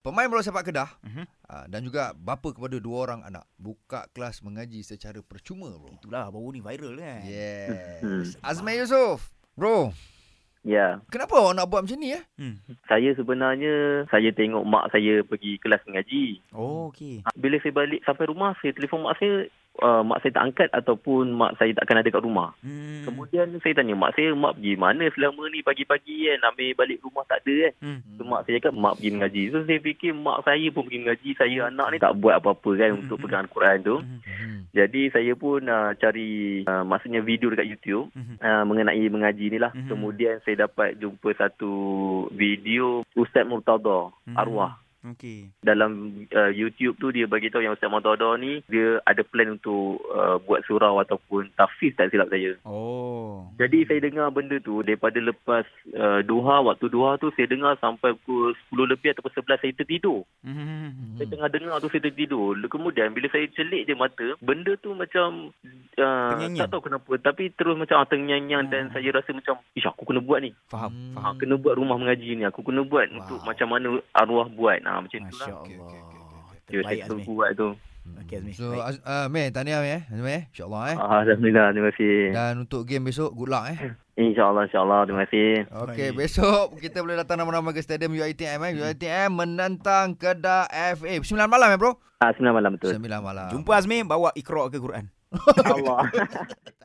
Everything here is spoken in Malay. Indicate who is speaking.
Speaker 1: Pemain bola sepak Kedah
Speaker 2: Mhm.
Speaker 1: uh, dan juga bapa kepada dua orang anak buka kelas mengaji secara percuma bro.
Speaker 2: Itulah baru ni viral kan.
Speaker 3: Hmm.
Speaker 1: Yes. Azmi Yusof. Bro,
Speaker 3: Ya,
Speaker 1: kenapa awak nak buat macam ni eh?
Speaker 2: Hmm.
Speaker 3: saya sebenarnya saya tengok mak saya pergi kelas mengaji.
Speaker 2: Oh, okey.
Speaker 3: Bila saya balik sampai rumah, saya telefon mak saya, uh, mak saya tak angkat ataupun mak saya takkan ada kat rumah.
Speaker 2: Hmm.
Speaker 3: Kemudian saya tanya mak saya, mak pergi mana selama ni pagi-pagi kan, ambil balik rumah tak ada kan.
Speaker 2: Hmm.
Speaker 3: So, mak saya cakap mak pergi mengaji. So saya fikir mak saya pun pergi mengaji, saya anak ni tak buat apa-apa kan untuk pegang Al-Quran tu.
Speaker 1: Hmm.
Speaker 2: Mhm.
Speaker 3: Jadi saya pun uh, cari uh, maksudnya video dekat YouTube
Speaker 2: Mhm.
Speaker 3: uh, mengenai mengaji ni lah.
Speaker 2: Mhm.
Speaker 3: Kemudian saya dapat jumpa satu video Ustaz Murtada
Speaker 2: Mhm.
Speaker 3: Arwah.
Speaker 2: Okey.
Speaker 3: Dalam uh, YouTube tu dia bagi tahu yang Ustaz Murtada ni dia ada plan untuk uh, buat surau ataupun tahfiz tak silap saya.
Speaker 2: Oh.
Speaker 3: Jadi saya dengar benda tu daripada lepas uh, duha waktu duha tu saya dengar sampai pukul 10 lebih ataupun 11 saya tertidur.
Speaker 2: Hmm.
Speaker 3: Saya tengah dengar tu saya tertidur. Kemudian bila saya celik je mata, benda tu macam uh,
Speaker 2: Terngiang-ngiang. Hmm.
Speaker 3: tak tahu kenapa tapi terus macam ah, terngiang-ngiang dan saya rasa macam ish aku kena buat ni.
Speaker 2: Faham,
Speaker 1: Hmm.
Speaker 2: faham.
Speaker 3: Ha, kena buat rumah mengaji ni. Aku kena buat
Speaker 2: Wow.
Speaker 3: wow. untuk macam mana arwah buat. Ha, macam tu lah.
Speaker 2: Masya
Speaker 1: Okey,
Speaker 2: Allah.
Speaker 1: okey, okey, okey, okey.
Speaker 3: Ya,
Speaker 2: Terbaik
Speaker 3: saya
Speaker 2: Azmi. Eh.
Speaker 3: terus buat tu.
Speaker 2: Okey, Mhm. Azmi.
Speaker 1: So,
Speaker 2: Baik.
Speaker 1: Az- uh, Meh, tahniah Meh. Azmi, eh. insyaAllah eh.
Speaker 3: Ah, Alhamdulillah, terima kasih.
Speaker 1: Dan untuk game besok, good luck eh.
Speaker 3: InsyaAllah, insyaAllah, terima kasih.
Speaker 1: Okey,
Speaker 2: Baik.
Speaker 1: besok kita boleh datang nama-nama ke stadium UiTM eh. UiTM menantang Kedah FA. 9 malam eh bro?
Speaker 3: Ah, 9 malam betul.
Speaker 1: 9 malam.
Speaker 2: Jumpa Azmi bawa Iqra ke Quran.
Speaker 3: Allah.